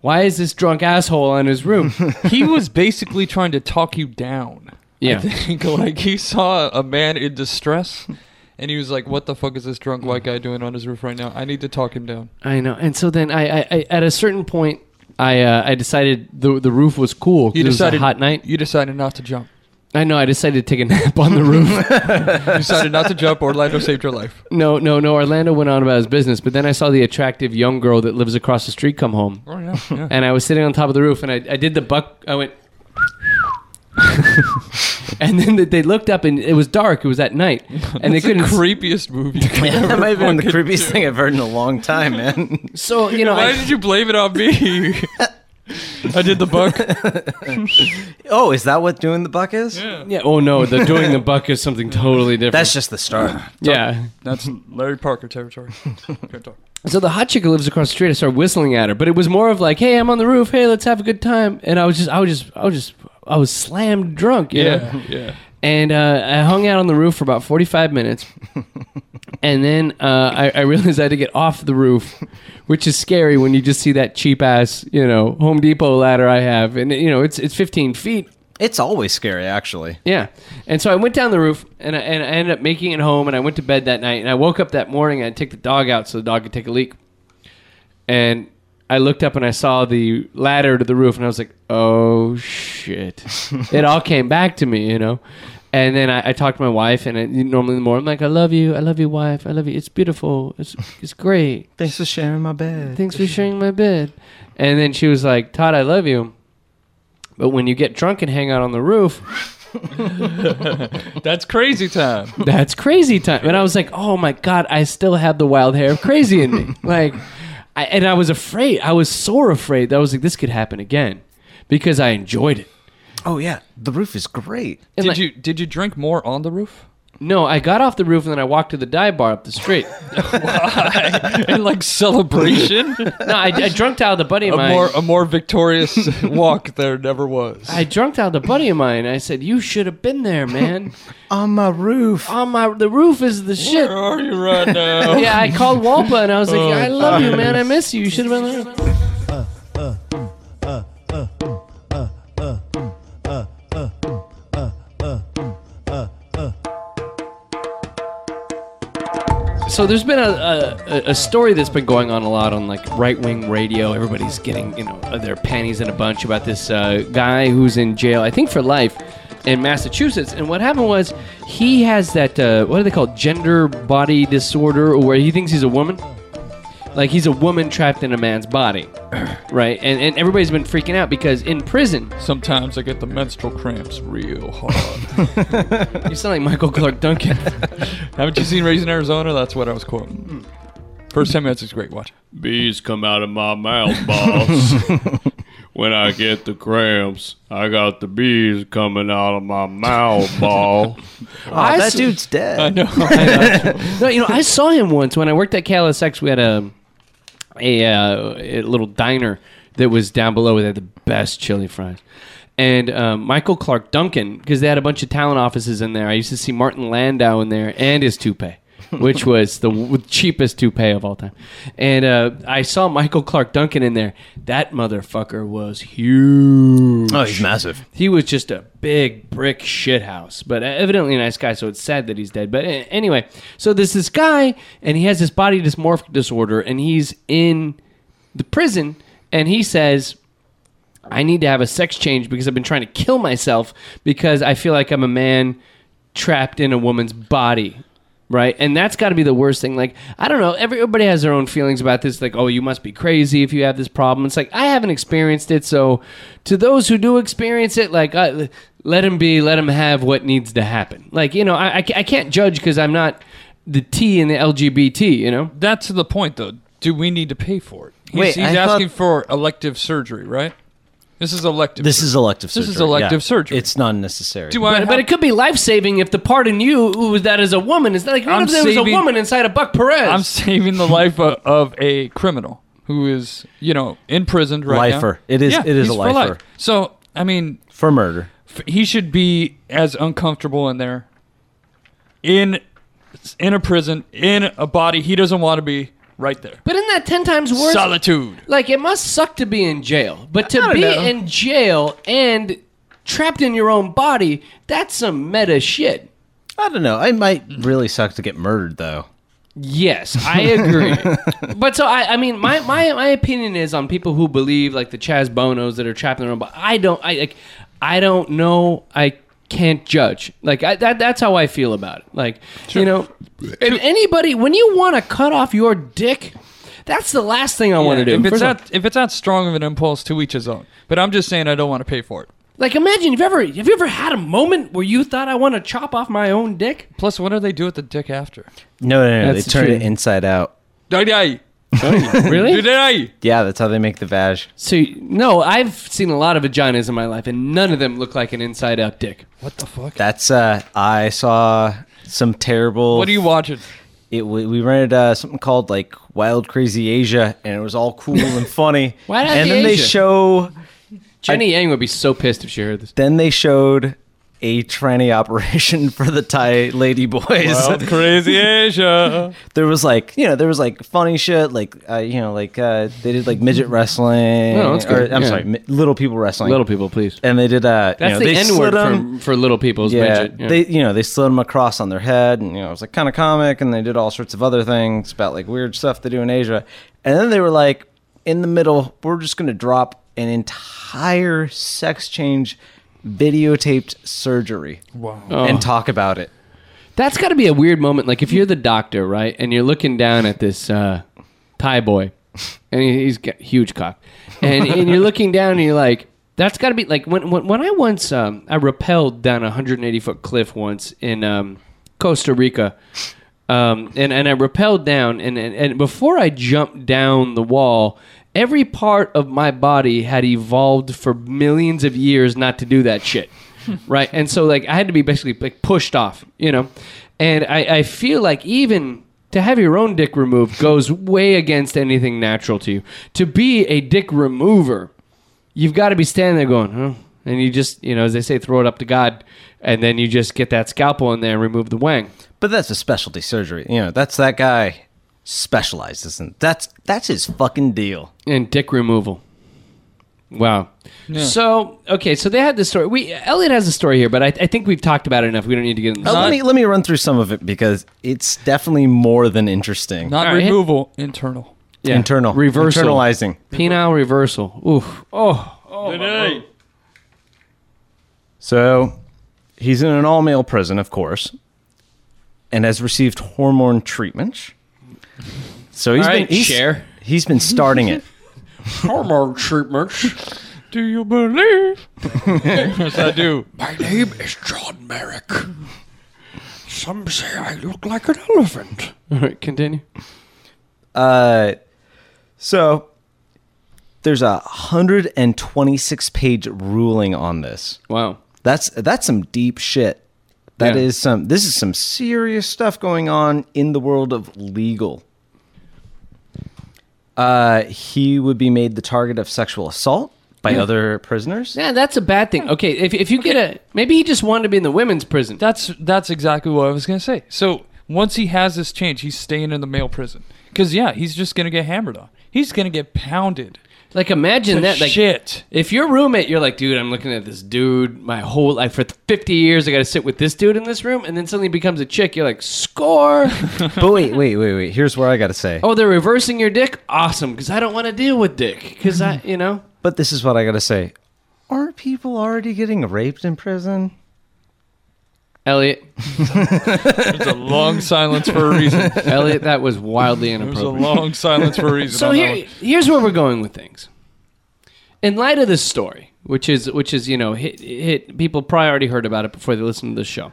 Speaker 5: "Why is this drunk asshole on his room?"
Speaker 6: he was basically trying to talk you down
Speaker 5: Yeah.
Speaker 6: i think like he saw a man in distress and he was like what the fuck is this drunk white guy doing on his roof right now i need to talk him down
Speaker 5: I know. And so then I, I, I at a certain point, I uh, I decided the the roof was cool. 'cause
Speaker 6: you
Speaker 5: it was a
Speaker 6: decided
Speaker 5: hot night.
Speaker 6: you decided not to jump
Speaker 5: I know. I decided to take a nap on the roof.
Speaker 6: you decided not to jump orlando saved your life
Speaker 5: no, no, no. Orlando went on about his business, but then I saw the attractive young girl that lives across the street come home.
Speaker 6: oh yeah, yeah.
Speaker 5: and I was sitting on top of the roof, and I, I did the buck. I went, and then they- they looked up, and it was dark. It was at night, and they
Speaker 6: It's the
Speaker 5: couldn't.
Speaker 6: creepiest movie. you could ever
Speaker 4: that might have been the
Speaker 6: fucking
Speaker 4: creepiest
Speaker 6: do.
Speaker 4: thing I've heard in a long time, man.
Speaker 5: so you know,
Speaker 6: Why
Speaker 5: I,
Speaker 6: did you blame it on me? I did the buck.
Speaker 4: oh, is that what doing the buck is?
Speaker 5: yeah. Oh no, the doing the buck is something totally different.
Speaker 4: That's just the start.
Speaker 5: yeah.
Speaker 6: That's Larry Parker territory. Can't talk.
Speaker 5: So the hot chick who lives across the street, I started whistling at her, but it was more of like, "Hey, I'm on the roof. Hey, let's have a good time." And I was just, I was just, I was just, I was slammed drunk. You know?
Speaker 6: Yeah, yeah.
Speaker 5: And uh, I hung out on the roof for about 45 minutes. and then uh, I, I realized I had to get off the roof, which is scary when you just see that cheap ass, you know, Home Depot ladder I have. And, you know, it's, it's 15 feet.
Speaker 4: It's always scary, actually.
Speaker 5: Yeah. And so I went down the roof and I, and I ended up making it home and I went to bed that night. And I woke up that morning and I took the dog out so the dog could take a leak. And I looked up and I saw the ladder to the roof and I was like, oh shit. it all came back to me, you know? And then I, I talked to my wife and I, normally in the morning I'm like, I love you. I love you, wife. I love you. It's beautiful. It's, it's great.
Speaker 4: Thanks for sharing my bed.
Speaker 5: Thanks for sharing my bed. And then she was like, Todd, I love you. But when you get drunk and hang out on the roof,
Speaker 6: That's crazy time.
Speaker 5: that's crazy time. And I was like, oh my God, I still have the wild hair of crazy in me. like, I, and I was afraid. I was sore afraid. That I was like, this could happen again because I enjoyed it.
Speaker 4: Oh, yeah. The roof is great.
Speaker 5: And
Speaker 6: Did
Speaker 5: like-
Speaker 6: you did you drink more on the roof?
Speaker 5: No, I got off the roof and then I walked to the dive bar up the street.
Speaker 6: In like celebration?
Speaker 5: no, I, I drunked out with a buddy of
Speaker 6: a
Speaker 5: mine.
Speaker 6: more a more victorious walk there never was.
Speaker 5: I drunked out with a buddy of mine. I said, "You should have been there, man.
Speaker 4: On my roof.
Speaker 5: On my the roof is the shit."
Speaker 6: Where are you right now?
Speaker 5: Yeah, I called Walpa and I was like,
Speaker 6: Oh.
Speaker 5: "I love you, man. I miss you. You should have been there." So there's been a, a, a- a story that's been going on a lot on like right wing radio. Everybody's getting you know their panties in a bunch about this uh, guy who's in jail, I think for life, in Massachusetts. And what happened was he has that uh, what do they call it? gender body disorder, or where he thinks he's a woman. Like he's a woman trapped in a man's body, right? And and everybody's been freaking out because in prison
Speaker 6: Sometimes I get the menstrual cramps real hard.
Speaker 5: you sound like Michael Clark Duncan.
Speaker 6: Haven't you seen Raising Arizona? That's what I was quoting.
Speaker 4: Hmm.
Speaker 6: First 10 minutes is great. Watch.
Speaker 3: Bees come out of my mouth, boss. when I get the cramps, I got the bees coming out of my mouth, boss.
Speaker 5: I
Speaker 4: that
Speaker 5: s-
Speaker 4: dude's dead.
Speaker 6: I know.
Speaker 5: No, you know, I saw him once when I worked at KLSX. We had a a, uh, a little diner that was down below. They had the best chili fries. And um, Michael Clark Duncan, because they had a bunch of talent offices in there. I used to see Martin Landau in there and his toupee, which was the w- cheapest toupee of all time. And uh, I saw Michael Clark Duncan in there. That motherfucker was huge.
Speaker 4: Oh, he's massive.
Speaker 5: He was just a big brick shithouse, but evidently a nice guy, so it's sad that he's dead. But a- anyway, so there's this guy, and he has this body dysmorphic disorder, and he's in the prison, and he says, I need to have a sex change because I've been trying to kill myself because I feel like I'm a man trapped in a woman's body. Right. And that's got to be the worst thing. Like, I don't know. Everybody has their own feelings about this. Like, oh, you must be crazy if you have this problem. It's like, I haven't experienced it. So, to those who do experience it, like, I, let him be, let him have what needs to happen. Like, you know, I, I ca- I can't judge because I'm not the T in the LGBT, you know?
Speaker 6: That's the point, though. Do we need to pay for it? He's,
Speaker 4: Wait,
Speaker 6: he's
Speaker 4: I
Speaker 6: asking
Speaker 4: thought-
Speaker 6: for elective surgery, right? This is elective.
Speaker 4: This is elective surgery.
Speaker 6: This is elective
Speaker 4: yeah.
Speaker 6: surgery.
Speaker 4: It's not necessary.
Speaker 6: Do I?
Speaker 5: But, but it could be life saving if the part in you was that as a woman. It's not like, what
Speaker 6: I'm
Speaker 5: if there was a
Speaker 6: saving-
Speaker 5: woman inside of Buck Perez?
Speaker 6: I'm saving the life of, of a criminal who is, you know, imprisoned right now.
Speaker 4: Lifer. It is-
Speaker 6: Yeah,
Speaker 4: it is a
Speaker 6: he's for
Speaker 4: lifer.
Speaker 6: life. So I mean,
Speaker 4: for murder?
Speaker 6: f- he should be as uncomfortable in there, in, in a prison, in a body he doesn't want to be, right there.
Speaker 5: But isn't that ten times worse?
Speaker 6: Solitude.
Speaker 5: Like it must suck to be in jail, but
Speaker 6: I
Speaker 5: to
Speaker 6: don't
Speaker 5: be
Speaker 6: know.
Speaker 5: in jail and trapped in your own body—that's some meta shit.
Speaker 4: I don't know. It might really suck to get murdered though.
Speaker 5: Yes, I agree. but so I, I mean, my, my my opinion is on people who believe like the Chaz Bonos that are trapped in their own. But I don't. I like. I don't know. I can't judge. Like I, that. That's how I feel about it. Like you know, if anybody when you want to cut off your dick, that's the last thing I want to do.
Speaker 6: If it's
Speaker 5: First of all-
Speaker 6: not, if it's not strong of an impulse, to each his own. But I'm just saying, I don't want to pay for it.
Speaker 5: Like, imagine if ever have you ever had a moment where you thought I want to chop off my own dick?
Speaker 6: Plus, what do they do with the dick after?
Speaker 4: No, no, no.
Speaker 5: That's
Speaker 4: they turn
Speaker 5: true.
Speaker 4: it inside out.
Speaker 6: Dai-dai.
Speaker 5: really?
Speaker 6: Dai-dai.
Speaker 4: Yeah, that's how they make the vag.
Speaker 5: So no, I've seen a lot of vaginas in my life, and none of them look like an inside-out dick.
Speaker 6: What the fuck?
Speaker 4: That's uh, I saw some terrible.
Speaker 6: What are you watching?
Speaker 4: It we, we rented uh, something called like Wild Crazy Asia, and it was all cool and funny.
Speaker 5: Why not
Speaker 4: and
Speaker 5: the
Speaker 4: then they
Speaker 5: Asia?
Speaker 4: show,
Speaker 5: Jenny Yang would be so pissed if she heard this.
Speaker 4: then they showed a tranny operation for the Thai lady boys.
Speaker 6: crazy Asia.
Speaker 4: there was like you know there was like funny shit like uh, you know like uh, they did like midget wrestling.
Speaker 5: No, that's good,
Speaker 4: or- I'm
Speaker 5: yeah.
Speaker 4: sorry, mi- little people wrestling.
Speaker 5: Little people, please.
Speaker 4: and they did uh, you
Speaker 5: That's
Speaker 4: know,
Speaker 5: the
Speaker 4: they
Speaker 5: N
Speaker 4: slid
Speaker 5: word
Speaker 4: 'em-
Speaker 5: for, for little people's
Speaker 4: yeah,
Speaker 5: midget. Yeah.
Speaker 4: they you know they slid them across on their head, and you know it was like kind of comic, and they did all sorts of other things about like weird stuff they do in Asia, and then they were like, in the middle, we're just gonna drop an entire sex change videotaped surgery
Speaker 5: Oh.
Speaker 4: and talk about it.
Speaker 5: That's got to be a weird moment. Like if you're the doctor, right, and you're looking down at this uh, Thai boy, and he- he's got huge cock, and, and you're looking down, and you're like, that's got to be like when, when when I once um, I rappelled down a 180 foot cliff once in um, Costa Rica. Um, and, and I rappelled down, and, and, and before I jumped down the wall, every part of my body had evolved for millions of years not to do that shit right? And so like I had to be basically like pushed off, you know. And I, I feel like even to have your own dick removed goes way against anything natural to you. To be a dick remover, you've got to be standing there going, huh? And you just, you know, as they say, throw it up to God, and then you just get that scalpel in there and remove the wang.
Speaker 4: But that's a specialty surgery. You know, that's that guy specializes in that's that's his fucking deal.
Speaker 5: And dick removal. Wow. So okay, so they had this story. We Elliot has a story here, but I, I think we've talked about it enough. We don't need to get into.
Speaker 4: Uh,
Speaker 5: this.
Speaker 4: let me let me run through some of it because it's definitely more than interesting.
Speaker 6: Not
Speaker 5: All right.
Speaker 6: removal, internal.
Speaker 5: Yeah.
Speaker 4: Internal
Speaker 5: reversal,
Speaker 4: internalizing.
Speaker 5: penile reversal. Oof. Oh.
Speaker 3: Today.
Speaker 4: So he's in an all male prison, of course, and has received hormone treatment. So he's
Speaker 5: All
Speaker 4: been
Speaker 5: right,
Speaker 4: he's,
Speaker 5: share.
Speaker 4: he's been starting it.
Speaker 6: Hormone treatments. Do you believe? yes, I do. My name is John Merrick. Some say I look like an elephant.
Speaker 5: All right, continue.
Speaker 4: Uh, so there's a 126 page ruling on this.
Speaker 5: Wow.
Speaker 4: That's that's some deep shit. That is
Speaker 5: Yeah.
Speaker 4: some this is some serious stuff going on in the world of legal. Uh he would be made the target of sexual assault by other prisoners.
Speaker 5: Yeah, that's a bad thing. Okay, if if you get a maybe he just wanted to be in the women's prison.
Speaker 6: That's that's exactly what I was gonna say. So once he has this change, he's staying in the male prison. Cause yeah, he's just gonna get hammered on. He's gonna get pounded.
Speaker 5: Like imagine that. Like
Speaker 6: shit.
Speaker 5: If your roommate, you're like, dude, I'm looking at this dude my whole life for 50 years. I got to sit with this dude in this room, and then suddenly he becomes a chick. You're like, score.
Speaker 4: But wait, wait, wait, wait. Here's where I got to say.
Speaker 5: oh, they're reversing your dick. Awesome, because I don't want to deal with dick. Because I, you know,
Speaker 4: But this is what I got to say. Aren't people already getting raped in prison?
Speaker 5: Elliot,
Speaker 6: There's a long silence for a reason.
Speaker 5: Elliot, that was wildly
Speaker 6: There's a
Speaker 5: inappropriate.
Speaker 6: long silence for a reason.
Speaker 5: so
Speaker 6: on that
Speaker 5: here,
Speaker 6: one.
Speaker 5: here's where we're going with things. In light of this story, which is which is you know hit, hit people probably already heard about it before they listened to the show.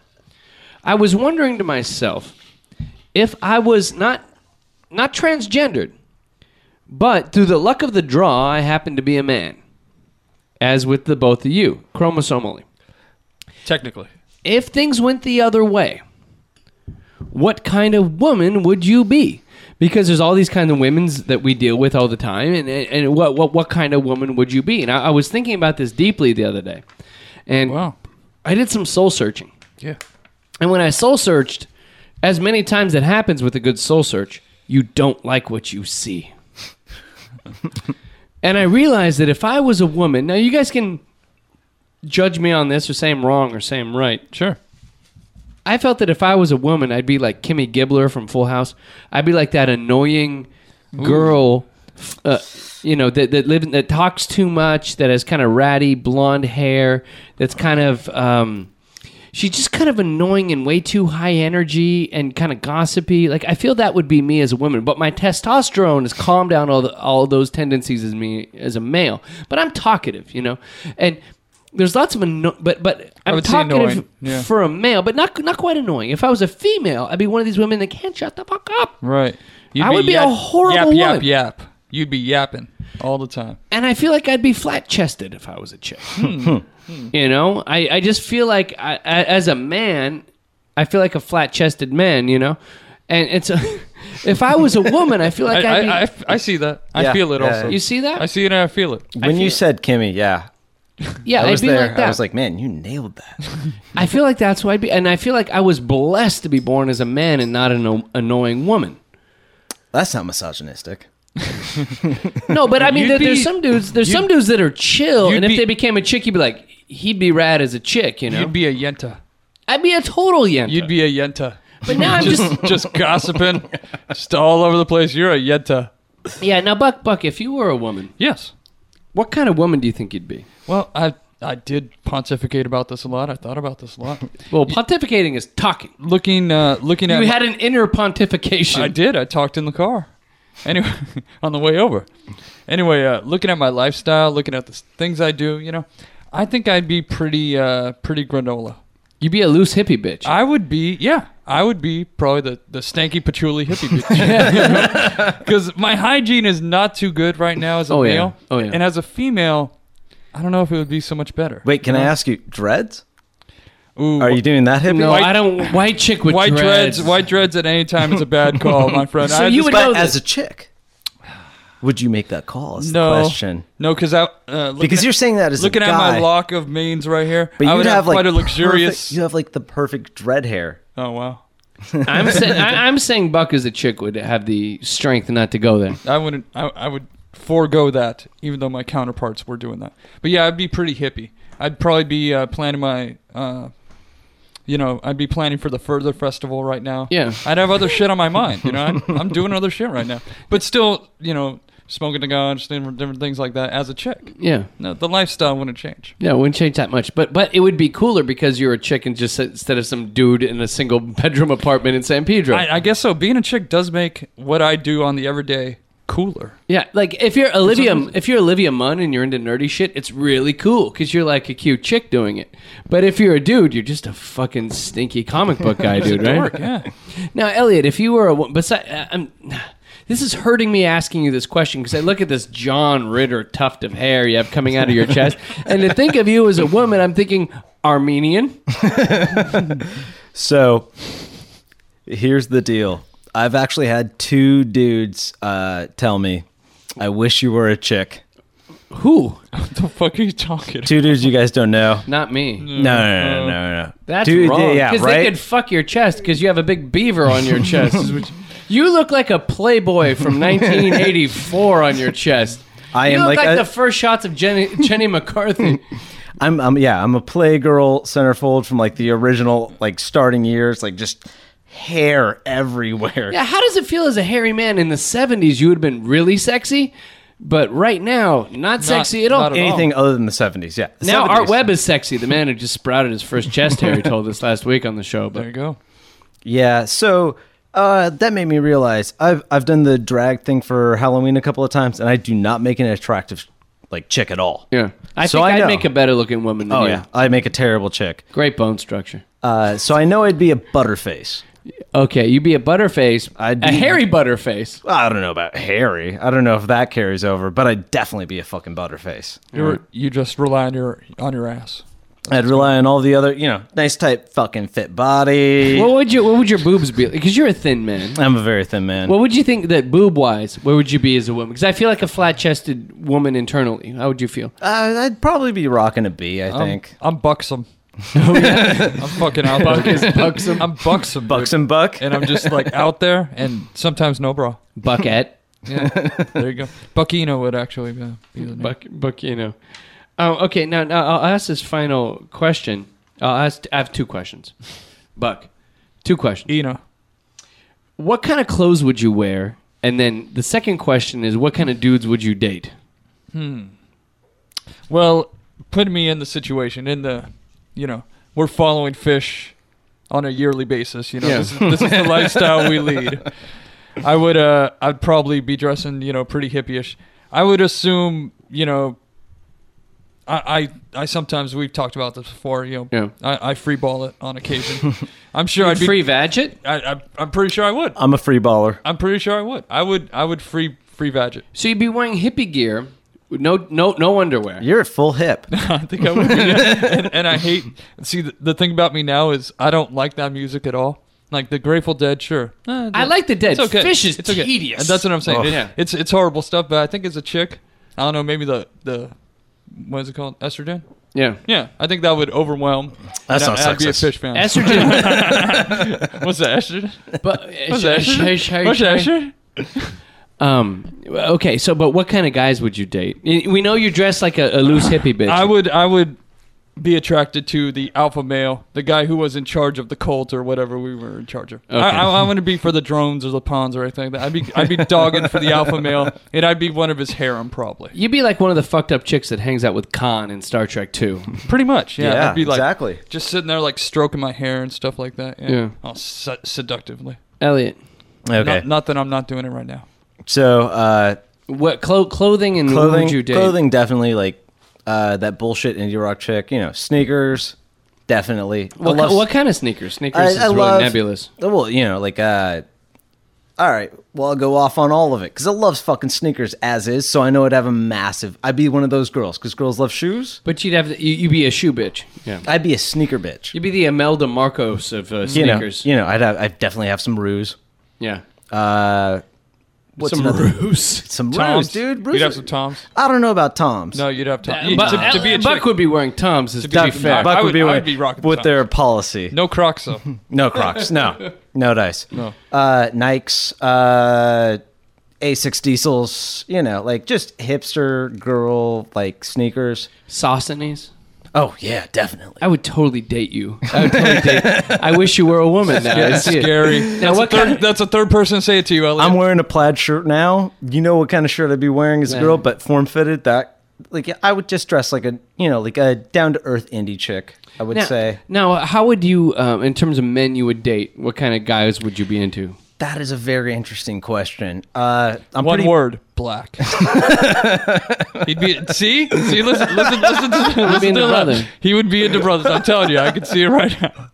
Speaker 5: I was wondering to myself if I was not not transgendered, but through the luck of the draw, I happened to be a man, as with the both of you, chromosomally
Speaker 6: technically.
Speaker 5: if things went the other way, what kind of woman would you be? Because there's all these kind of women's that we deal with all the time, and and what what what kind of woman would you be? And I, I was thinking about this deeply the other day, and
Speaker 6: Wow.
Speaker 5: I did some soul searching.
Speaker 6: Yeah.
Speaker 5: And when I soul searched, as many times it happens with a good soul search, you don't like what you see. and I realized that if I was a woman, now you guys can judge me on this or say I'm wrong or say I'm right.
Speaker 6: Sure.
Speaker 5: I felt that if I was a woman, I'd be like Kimmy Gibbler from Full House. I'd be like that annoying girl, f- uh, you know, that that lives that talks too much, that has kind of ratty blonde hair, that's kind of um, she's just kind of annoying and way too high energy and kind of gossipy. Like I feel that would be me as a woman, but my testosterone has calmed down all the, all those tendencies as me as a male. But I'm talkative, you know, and. There's lots of anno- but but I'm
Speaker 6: would say
Speaker 5: talkative
Speaker 6: annoying, yeah.
Speaker 5: for a male, but not not quite annoying. If I was a female, I'd be one of these women that can't shut the fuck up.
Speaker 6: Right. You'd
Speaker 5: I would be a horrible
Speaker 6: yap,
Speaker 5: woman.
Speaker 6: Yap, yap, You'd be yapping all the time.
Speaker 5: And I feel like I'd be flat chested if I was a chick. you know, I, I just feel like I, I, as a man, I feel like a flat chested man. You know, and it's if I was a woman, I feel like
Speaker 6: I,
Speaker 5: I, would be,
Speaker 6: I, I, I see that.
Speaker 4: Yeah,
Speaker 6: I feel it
Speaker 4: yeah,
Speaker 6: also.
Speaker 4: yeah.
Speaker 5: you see that?
Speaker 6: I see it and I feel it.
Speaker 4: When you said Kimmy, yeah.
Speaker 5: yeah,
Speaker 4: I was
Speaker 5: I'd be
Speaker 4: there.
Speaker 5: like that.
Speaker 4: I was like, "Man, you nailed that."
Speaker 5: I feel like that's who I'd be, and I feel like I was blessed to be born as a man and not an o- annoying woman.
Speaker 4: That's not misogynistic.
Speaker 5: No, but I mean,
Speaker 6: You'd
Speaker 5: there,
Speaker 6: be-
Speaker 5: there's some dudes. There's some dudes that are chill,
Speaker 6: you'd
Speaker 5: and if
Speaker 6: be-
Speaker 5: they became a chick, you'd be like, he'd be rad as a chick, you know.
Speaker 6: You'd be a yenta.
Speaker 5: I'd be a total yenta.
Speaker 6: You'd be a yenta.
Speaker 5: but now I'm just
Speaker 6: just just gossiping, just all over the place. You're a yenta.
Speaker 5: yeah. Now, Buck, Buck, if you were a woman,
Speaker 6: Yes.
Speaker 5: what kind of woman do you think you'd be?
Speaker 6: Well, I I did pontificate about this a lot. I thought about this a lot.
Speaker 5: Well, pontificating is talking.
Speaker 6: Looking uh looking at
Speaker 5: You had an inner pontification.
Speaker 6: I did. I talked in the car. Anyway, on the way over. Anyway, uh, looking at my lifestyle, looking at the s- things I do, you know, I think I'd be pretty uh pretty granola.
Speaker 5: You'd be a loose hippie bitch.
Speaker 6: I would be, yeah, I would be probably the, the stanky patchouli hippie bitch. Because my hygiene is not too good right now as a
Speaker 5: Oh, yeah.
Speaker 6: male.
Speaker 5: Oh, yeah.
Speaker 6: And as a female, I don't know if it would be so much better.
Speaker 4: Wait, can I ask you dreads?
Speaker 6: Ooh,
Speaker 4: Are you doing that hippie?
Speaker 5: no,
Speaker 6: white-
Speaker 5: I don't. White chick with
Speaker 6: white dreads.
Speaker 5: dreads.
Speaker 6: White dreads at any time is a bad call, my friend.
Speaker 5: So
Speaker 6: I
Speaker 5: you
Speaker 6: just-
Speaker 5: would know
Speaker 4: But
Speaker 5: that-
Speaker 4: as a chick, would you make that call? Is
Speaker 6: no
Speaker 4: the question.
Speaker 6: No, because I uh, looking
Speaker 4: Because
Speaker 6: at-
Speaker 4: you're saying that as a
Speaker 6: looking at
Speaker 4: guy,
Speaker 6: my lock of manes right here.
Speaker 4: but
Speaker 6: I
Speaker 4: you'd
Speaker 6: would
Speaker 4: have, like
Speaker 6: quite a
Speaker 4: perfect-
Speaker 6: luxurious.
Speaker 4: you have like the perfect dread hair.
Speaker 6: oh wow,
Speaker 5: I'm, sa- I- I'm saying Buck as a chick would have the strength not to go there.
Speaker 6: I wouldn't. I, I would forego that, even though my counterparts were doing that. But yeah, I'd be pretty hippie. I'd probably be uh, planning my, uh, you know, I'd be planning for the further festival right now.
Speaker 5: Yeah.
Speaker 6: I'd have other shit on my mind. You know, I'm, I'm doing other shit right now, but still, you know, smoking the guns, different, different things like that. As a chick,
Speaker 5: Yeah.
Speaker 6: no, the lifestyle wouldn't change.
Speaker 5: Yeah, it wouldn't change that much, but but it would be cooler because you're a chick and just instead of some dude in a single bedroom apartment in San Pedro.
Speaker 6: I, I guess so. Being a chick does make what I do on the everyday cooler.
Speaker 5: yeah, like if you're Olivia, if you're Olivia Munn and you're into nerdy shit, it's really cool because you're like a cute chick doing it. But if you're a dude, you're just a fucking stinky comic book guy, dude, right?
Speaker 6: Dork, yeah.
Speaker 5: Now, Elliot, if you were a woman, besides, I'm, this is hurting me asking you this question because I look at this John Ritter tuft of hair you have coming out of your chest, and to think of you as a woman, I'm thinking Armenian.
Speaker 4: So here's the deal. I've actually had two dudes uh, tell me, I wish you were a chick.
Speaker 5: Who?
Speaker 6: the fuck are you talking?
Speaker 4: Two dudes you guys don't know.
Speaker 5: Not me.
Speaker 4: No, no, no, no, no. no.
Speaker 5: That's
Speaker 4: Two-
Speaker 5: wrong.
Speaker 4: Yeah,
Speaker 5: Because
Speaker 4: right?
Speaker 5: they could fuck your chest because you have a big beaver on your chest. is what you- you look like a Playboy from 1984 on your chest.
Speaker 4: I
Speaker 5: You
Speaker 4: am
Speaker 5: look
Speaker 4: like,
Speaker 5: like
Speaker 4: a,
Speaker 5: the first shots of Jenny, Jenny McCarthy.
Speaker 4: I'm, I'm, yeah, I'm a playgirl centerfold from like the original, like starting years, like just hair everywhere.
Speaker 5: Yeah, how does it feel as a hairy man in the 70s? You would have been really sexy, but right now, not, sexy at all.
Speaker 6: not at all.
Speaker 4: Anything other than the 70s, yeah. The
Speaker 5: Now,
Speaker 4: 70s.
Speaker 5: Art Webb is sexy. The man who just sprouted his first chest hair, he told us last week on the show.
Speaker 6: There you
Speaker 5: But
Speaker 6: go.
Speaker 4: Yeah, so uh, that made me realize I've I've done the drag thing for Halloween a couple of times, and I do not make an attractive like chick at all.
Speaker 5: yeah, I
Speaker 4: So
Speaker 5: think I
Speaker 4: I know.
Speaker 5: would make a better looking woman than
Speaker 4: Oh
Speaker 5: you.
Speaker 4: yeah, I make a terrible chick.
Speaker 5: Great bone structure.
Speaker 4: Uh, so I know I'd be a butterface.
Speaker 5: Okay, you'd be a butterface,
Speaker 4: I'd
Speaker 5: a
Speaker 4: be-
Speaker 5: hairy butterface.
Speaker 4: I don't know about hairy. I don't know if that carries over, but I'd definitely be a fucking butterface.
Speaker 6: You were, you just rely on your on your ass.
Speaker 4: I'd rely on all the other, you know, nice tight fucking fit body.
Speaker 5: What would you? What would your boobs be? Because you're a thin man.
Speaker 4: I'm a very thin man.
Speaker 5: What would you think that boob wise? Where would you be as a woman? Because I feel like a flat chested woman internally. How would you feel?
Speaker 4: uh, I'd probably be rocking a bee.
Speaker 6: Um,
Speaker 4: I think
Speaker 6: I'm buxom. Oh, I'm fucking out there. buxom. I'm buxom. dude.
Speaker 4: bucks and buck.
Speaker 6: And I'm just like out there and sometimes no bra.
Speaker 5: Bucket.
Speaker 6: Yeah. There you go. Buckino would actually be, be the name.
Speaker 5: Buck, Buck, you know. Oh, okay. Now, now I'll ask this final question. I'll ask. I have two questions. Buck, two questions.
Speaker 6: Eno.
Speaker 5: What kind of clothes would you wear? And then the second question is, what kind of dudes would you date?
Speaker 6: Well, put me in the situation in the, you know, we're following fish on a yearly basis. You know,
Speaker 5: Yeah.
Speaker 6: this, is, this is the lifestyle we lead. I would, uh, I'd probably be dressing, you know, pretty hippie-ish. I would assume, you know, I, I, I sometimes we've talked about this before. You know,
Speaker 5: Yeah.
Speaker 6: I, I free ball it on occasion. I'm sure I'd be.
Speaker 5: Free Vagit.
Speaker 6: I, I, I'm pretty sure I would.
Speaker 4: I'm a free baller.
Speaker 6: I'm pretty sure I would. I would. I would free free vag it.
Speaker 5: So you'd be wearing hippie gear, with no, no, no underwear.
Speaker 4: You're at full hip.
Speaker 6: I think I would. Be, and, and I hate. See, the, the thing about me now is I don't like that music at all. Like the Grateful Dead, sure. Eh,
Speaker 5: I like the dead.
Speaker 6: it's okay.
Speaker 5: Fish is
Speaker 6: It's okay.
Speaker 5: tedious.
Speaker 6: And that's what I'm saying.
Speaker 4: Oh.
Speaker 6: It-
Speaker 5: Yeah.
Speaker 6: It's it's horrible stuff. But I think as a chick, I don't know. Maybe the the what is it called? Estrogen.
Speaker 5: yeah.
Speaker 6: Yeah, I think that would overwhelm.
Speaker 4: That's
Speaker 6: and
Speaker 4: not
Speaker 6: I, I'd be a
Speaker 4: sexist.
Speaker 6: fish fan.
Speaker 5: Estrogen,
Speaker 6: What's that? Estrogen?
Speaker 5: but
Speaker 6: What's that? Estrogen? What's that? Estrogen?
Speaker 5: um, okay. So, but what kind of guys would you date? Y- We know you dress like a, a loose hippie bitch.
Speaker 6: I would I would be attracted to the alpha male, the guy who was in charge of the cult or whatever we were in charge of.
Speaker 5: Okay.
Speaker 6: I, I, I wouldn't be for the drones or the pawns or anything. like that. I'd be I'd be dogging for the alpha male, and I'd be one of his harem probably.
Speaker 5: You'd be like one of the fucked up chicks that hangs out with Khan in Star Trek 2.
Speaker 6: Pretty much, yeah.
Speaker 4: Yeah,
Speaker 6: I'd be like,
Speaker 4: exactly.
Speaker 6: Just sitting there like stroking my hair and stuff like that. Yeah.
Speaker 5: Yeah.
Speaker 6: All se- seductively.
Speaker 5: Elliot,
Speaker 4: Okay.
Speaker 6: Not, not that I'm not doing it right now.
Speaker 4: so uh,
Speaker 5: what clo- clothing and what
Speaker 4: clothing
Speaker 5: would you date?
Speaker 4: clothing definitely like uh that bullshit indie rock chick you know sneakers definitely
Speaker 5: What,
Speaker 4: I love,
Speaker 5: ki- what kind of sneakers? Sneakers
Speaker 4: I-
Speaker 5: is
Speaker 4: I
Speaker 5: really
Speaker 4: love-
Speaker 5: nebulous.
Speaker 4: well you know like uh all right well i'll go off on all of it because i loves fucking sneakers as is so i know i'd have a massive i'd be one of those girls because girls love shoes
Speaker 5: But you'd have the, you, you'd be a shoe bitch. Yeah.
Speaker 4: i'd be a sneaker bitch
Speaker 5: You'd be the Imelda Marcos of uh,
Speaker 4: you know
Speaker 5: sneakers.
Speaker 4: you know i'd have i'd definitely have some ruse
Speaker 5: yeah.
Speaker 4: uh what's
Speaker 5: Some
Speaker 4: another-
Speaker 5: ruse.
Speaker 4: some
Speaker 6: Toms,
Speaker 4: ruse dude
Speaker 6: You'd
Speaker 4: ruse
Speaker 6: have some toms.
Speaker 4: i don't know about toms
Speaker 6: No, you'd have toms.
Speaker 5: Uh, Buck,
Speaker 6: to, to be a
Speaker 5: Buck
Speaker 6: chick,
Speaker 5: would be wearing Toms. Is, to,
Speaker 6: be
Speaker 5: be fair.
Speaker 6: I
Speaker 4: Buck
Speaker 6: would-
Speaker 4: would be,
Speaker 6: I would
Speaker 4: with-
Speaker 6: be rocking
Speaker 4: with
Speaker 6: Toms.
Speaker 4: their policy.
Speaker 6: no Crocs though.
Speaker 4: No Crocs. No. No dice.
Speaker 6: No.
Speaker 4: Uh, Nikes. Uh, Asics diesels, you know, like just hipster girl like sneakers.
Speaker 5: Sosthenes.
Speaker 4: Oh yeah, definitely.
Speaker 5: I would totally date you. I would totally date. I wish you were a woman now. I
Speaker 6: That's
Speaker 5: see it.
Speaker 6: scary.
Speaker 5: Now
Speaker 6: that's,
Speaker 5: what
Speaker 6: a third,
Speaker 5: kind of-
Speaker 6: that's a third person to say it to you, Elliot.
Speaker 4: I'm wearing a plaid shirt now. You know what kind of shirt I'd be wearing as a
Speaker 5: Yeah.
Speaker 4: girl, but form fitted. That like I would just dress like a you know like a down to earth indie chick. I would
Speaker 5: Now,
Speaker 4: say
Speaker 5: now, how would you, um, in terms of men you would date, what kind of guys would you be into?
Speaker 4: that is a very interesting question. Uh, I'm
Speaker 6: One
Speaker 4: pretty,
Speaker 6: word, black. He'd be see, see, listen, listen, listen to, listen
Speaker 5: into
Speaker 6: to
Speaker 5: Brothers.
Speaker 6: that. He would be into brothers. I'm telling you, I can see it right now.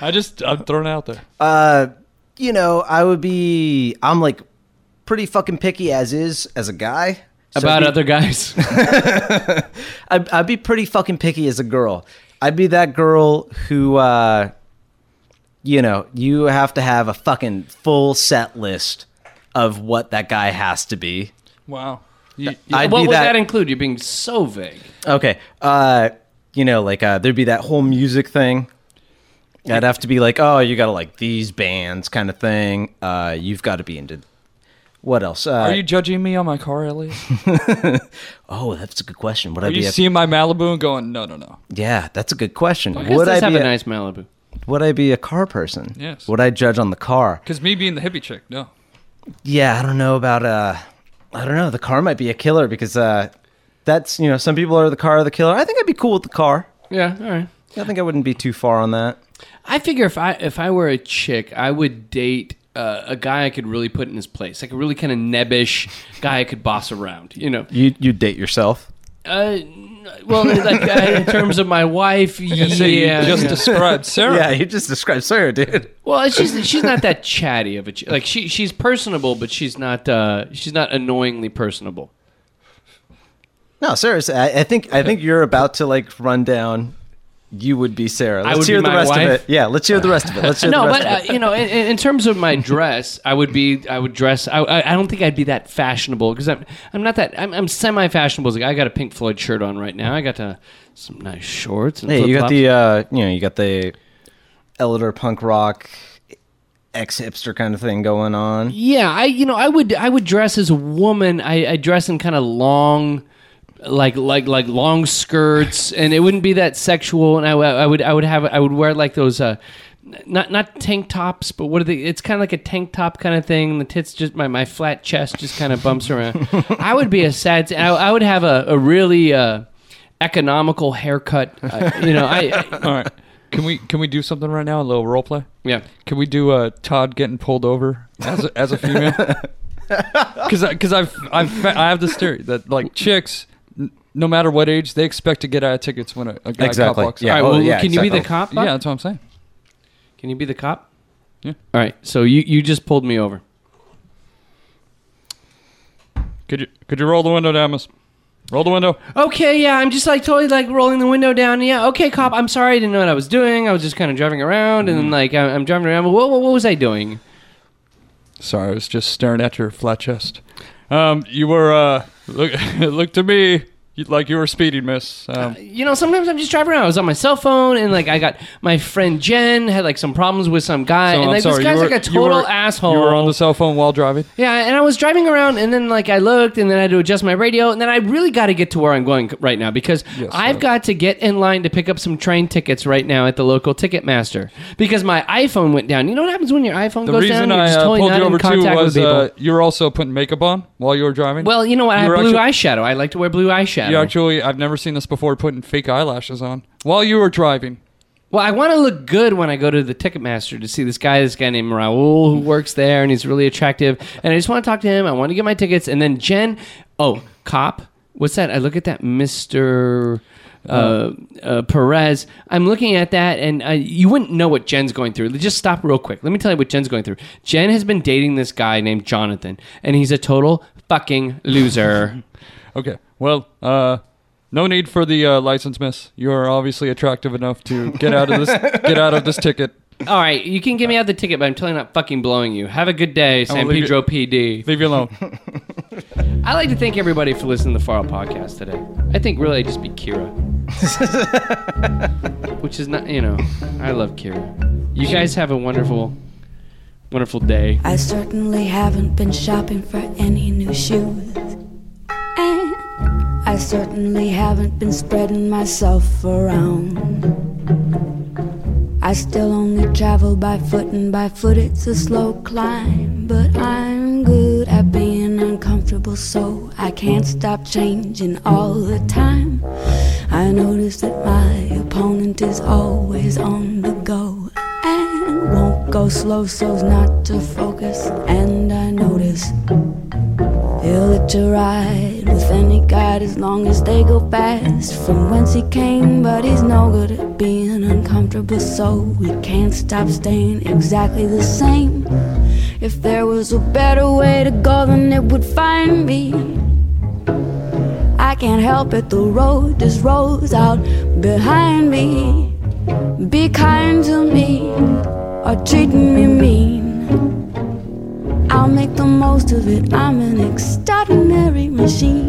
Speaker 6: I just, I'm thrown out there.
Speaker 4: Uh, you know, I would be. I'm like pretty fucking picky as is as a guy. So
Speaker 5: About
Speaker 4: I'd be-
Speaker 5: other guys?
Speaker 4: I'd, I'd be pretty fucking picky as a girl. I'd be that girl who, uh, you know, you have to have a fucking full set list of what that guy has to be.
Speaker 6: Wow. You,
Speaker 4: I'd
Speaker 5: what
Speaker 4: be
Speaker 5: would that.
Speaker 4: that.
Speaker 5: include? You're being so vague.
Speaker 4: okay. Uh, you know, like uh, there'd be that whole music thing. I'd have to be like, oh, you gotta like these bands kind of thing. Uh, you've got to be into what else? Uh,
Speaker 6: are you judging me on my car, Elliot?
Speaker 4: Oh, that's a good question. Would I
Speaker 6: Are
Speaker 4: be?
Speaker 6: you
Speaker 4: A,
Speaker 6: seeing my Malibu and going, no, no, no?
Speaker 4: yeah, that's a good question.
Speaker 5: I guess
Speaker 4: Would
Speaker 5: let's
Speaker 4: I
Speaker 5: have
Speaker 4: be?
Speaker 5: a
Speaker 4: A,
Speaker 5: nice Malibu.
Speaker 4: would I be a car person?
Speaker 6: Yes.
Speaker 4: Would I judge on the car?
Speaker 6: Because me being the hippie chick, no.
Speaker 4: Yeah, I don't know about. uh I don't know. The car might be a killer because uh that's you know some people are the car of the killer. I think I'd be cool with the car.
Speaker 5: Yeah, all right.
Speaker 4: I think I wouldn't be too far on that.
Speaker 5: I figure if I if I were a chick, I would date uh, a guy I could really put in his place, like a really kind of nebbish guy I could boss around. You know,
Speaker 4: You you date yourself?
Speaker 5: uh, n- well, like uh, in terms of my wife, yeah.
Speaker 6: So you just
Speaker 5: yeah.
Speaker 6: described Sarah.
Speaker 4: Yeah, you just described Sarah, dude.
Speaker 5: well, she's she's not that chatty of a ch- like she she's personable, but she's not uh, she's not annoyingly personable.
Speaker 4: No, Sarah's. I, I think I think you're about to like run down. You would be Sarah. Let's
Speaker 5: would be
Speaker 4: hear the
Speaker 5: my
Speaker 4: rest of
Speaker 5: wife?
Speaker 4: it. Yeah, let's hear the rest of it. Let's hear
Speaker 5: no,
Speaker 4: the rest
Speaker 5: but
Speaker 4: of it.
Speaker 5: uh, you know, in, in in terms of my dress, I would be, I would dress. I, I I don't think I'd be that fashionable because I'm, I'm not that. I'm, I'm semi-fashionable. Like I got a Pink Floyd shirt on right now. I got uh some nice shorts. And
Speaker 4: Hey, you
Speaker 5: flip-flops.
Speaker 4: got the uh, you know, you got the elder punk rock ex hipster kind of thing going on.
Speaker 5: Yeah, I you know I would I would dress as a woman. I, I dress in kind of long, like like like long skirts, and it wouldn't be that sexual. And I, w- I would I would have I would wear like those uh, not not tank tops, but what are they? It's kind of like a tank top kind of thing. The tits just my, my flat chest just kind of bumps around. I would be a sad. I, I would have a a really uh, economical haircut. Uh, you know I, I
Speaker 6: All right. Can we can we do something right now? A little role play.
Speaker 5: yeah.
Speaker 6: Can we do uh, Todd getting pulled over as a, as a female? Because because I've I've fa- I have this theory that like chicks, n- no matter what age, they expect to get out of tickets when a, a guy
Speaker 4: Exactly,
Speaker 6: cop walks.
Speaker 4: yeah.
Speaker 5: All right.
Speaker 4: Oh,
Speaker 5: well,
Speaker 4: yeah,
Speaker 5: can you be the
Speaker 4: exactly.
Speaker 5: cop?
Speaker 6: yeah,
Speaker 5: Bob?
Speaker 6: that's what I'm saying.
Speaker 5: Can you be the cop?
Speaker 6: Yeah.
Speaker 5: All right. So you you just pulled me over.
Speaker 6: Could you could you roll the window down, miss? Roll the window.
Speaker 5: Okay, yeah, I'm just like totally like rolling the window down. Yeah, okay, cop, I'm sorry, I didn't know what I was doing. I was just kind of driving around, and then
Speaker 6: Mm-hmm.
Speaker 5: like I- I'm driving around. But what, what, what was I doing?
Speaker 6: Sorry, I was just staring at your flat chest. Um, you were uh, look look to me you- like you were speeding, miss. Um,
Speaker 5: You know, sometimes I'm just driving around. I was on my cell phone, and like I got my friend Jen had like some problems with some guy,
Speaker 6: so
Speaker 5: and
Speaker 6: I'm
Speaker 5: like
Speaker 6: sorry.
Speaker 5: this
Speaker 6: you
Speaker 5: guy's
Speaker 6: were-
Speaker 5: like a
Speaker 6: you
Speaker 5: total
Speaker 6: were-
Speaker 5: asshole.
Speaker 6: You were on the cell phone while driving.
Speaker 5: Yeah, and I was driving around, and then like I looked, and then I had to adjust my radio, and then I really got to get to where I'm going right now because I've got to get in line to pick up some train tickets right now at the local Ticketmaster because my iPhone went down. You know what happens when your iPhone
Speaker 6: The
Speaker 5: goes
Speaker 6: reason
Speaker 5: down? You're
Speaker 6: I
Speaker 5: just
Speaker 6: uh,
Speaker 5: totally
Speaker 6: pulled
Speaker 5: not
Speaker 6: you
Speaker 5: in
Speaker 6: over too
Speaker 5: contact with
Speaker 6: was
Speaker 5: people.
Speaker 6: uh, you were also putting makeup on while you were driving.
Speaker 5: well, you know what? I have
Speaker 6: were
Speaker 5: blue
Speaker 6: actu-
Speaker 5: eyeshadow. I like to wear blue eyeshadow.
Speaker 6: you actually I've never seen this before putting fake eyelashes on while you were driving.
Speaker 5: Well, I want to look good when I go to the Ticketmaster to see this guy, this guy named Raul, who works there, and he's really attractive. And I just want to talk to him. I want to get my tickets. And then Jen, oh, cop, what's that? I look at that, Mr. Uh, uh, Perez. I'm looking at that, and uh, you wouldn't know what Jen's going through. Just stop real quick. Let me tell you what Jen's going through. Jen has been dating this guy named Jonathan, and he's a total fucking loser.
Speaker 6: Okay. Well, uh no need for the uh, license, miss. You are obviously attractive enough to get out of this get out of this ticket.
Speaker 5: All right, you can give me out the ticket, but I'm totally not fucking blowing you. Have a good day, San
Speaker 6: leave
Speaker 5: Pedro PD.
Speaker 6: Leave you alone.
Speaker 5: I'd like to thank everybody for listening to the Far Out Podcast today. I think really I just be Kira. Which is not, you know, I love Kira. You guys have a wonderful wonderful day.
Speaker 7: I certainly haven't been shopping for any new shoes. And I certainly haven't been spreading myself around. I still only travel by foot, and by foot it's a slow climb. But I'm good at being uncomfortable, so I can't stop changing all the time. I notice that my opponent is always on the go and won't go slow so's not to focus. And I notice he'll let you ride with any guide as long as they go fast from whence he came. But he's no good at being uncomfortable, so we can't stop staying exactly the same. If there was a better way to go, then it would find me. I can't help it, the road just rolls out behind me. Be kind to me or treat me mean. I'll make the most of it, I'm an extraordinary machine.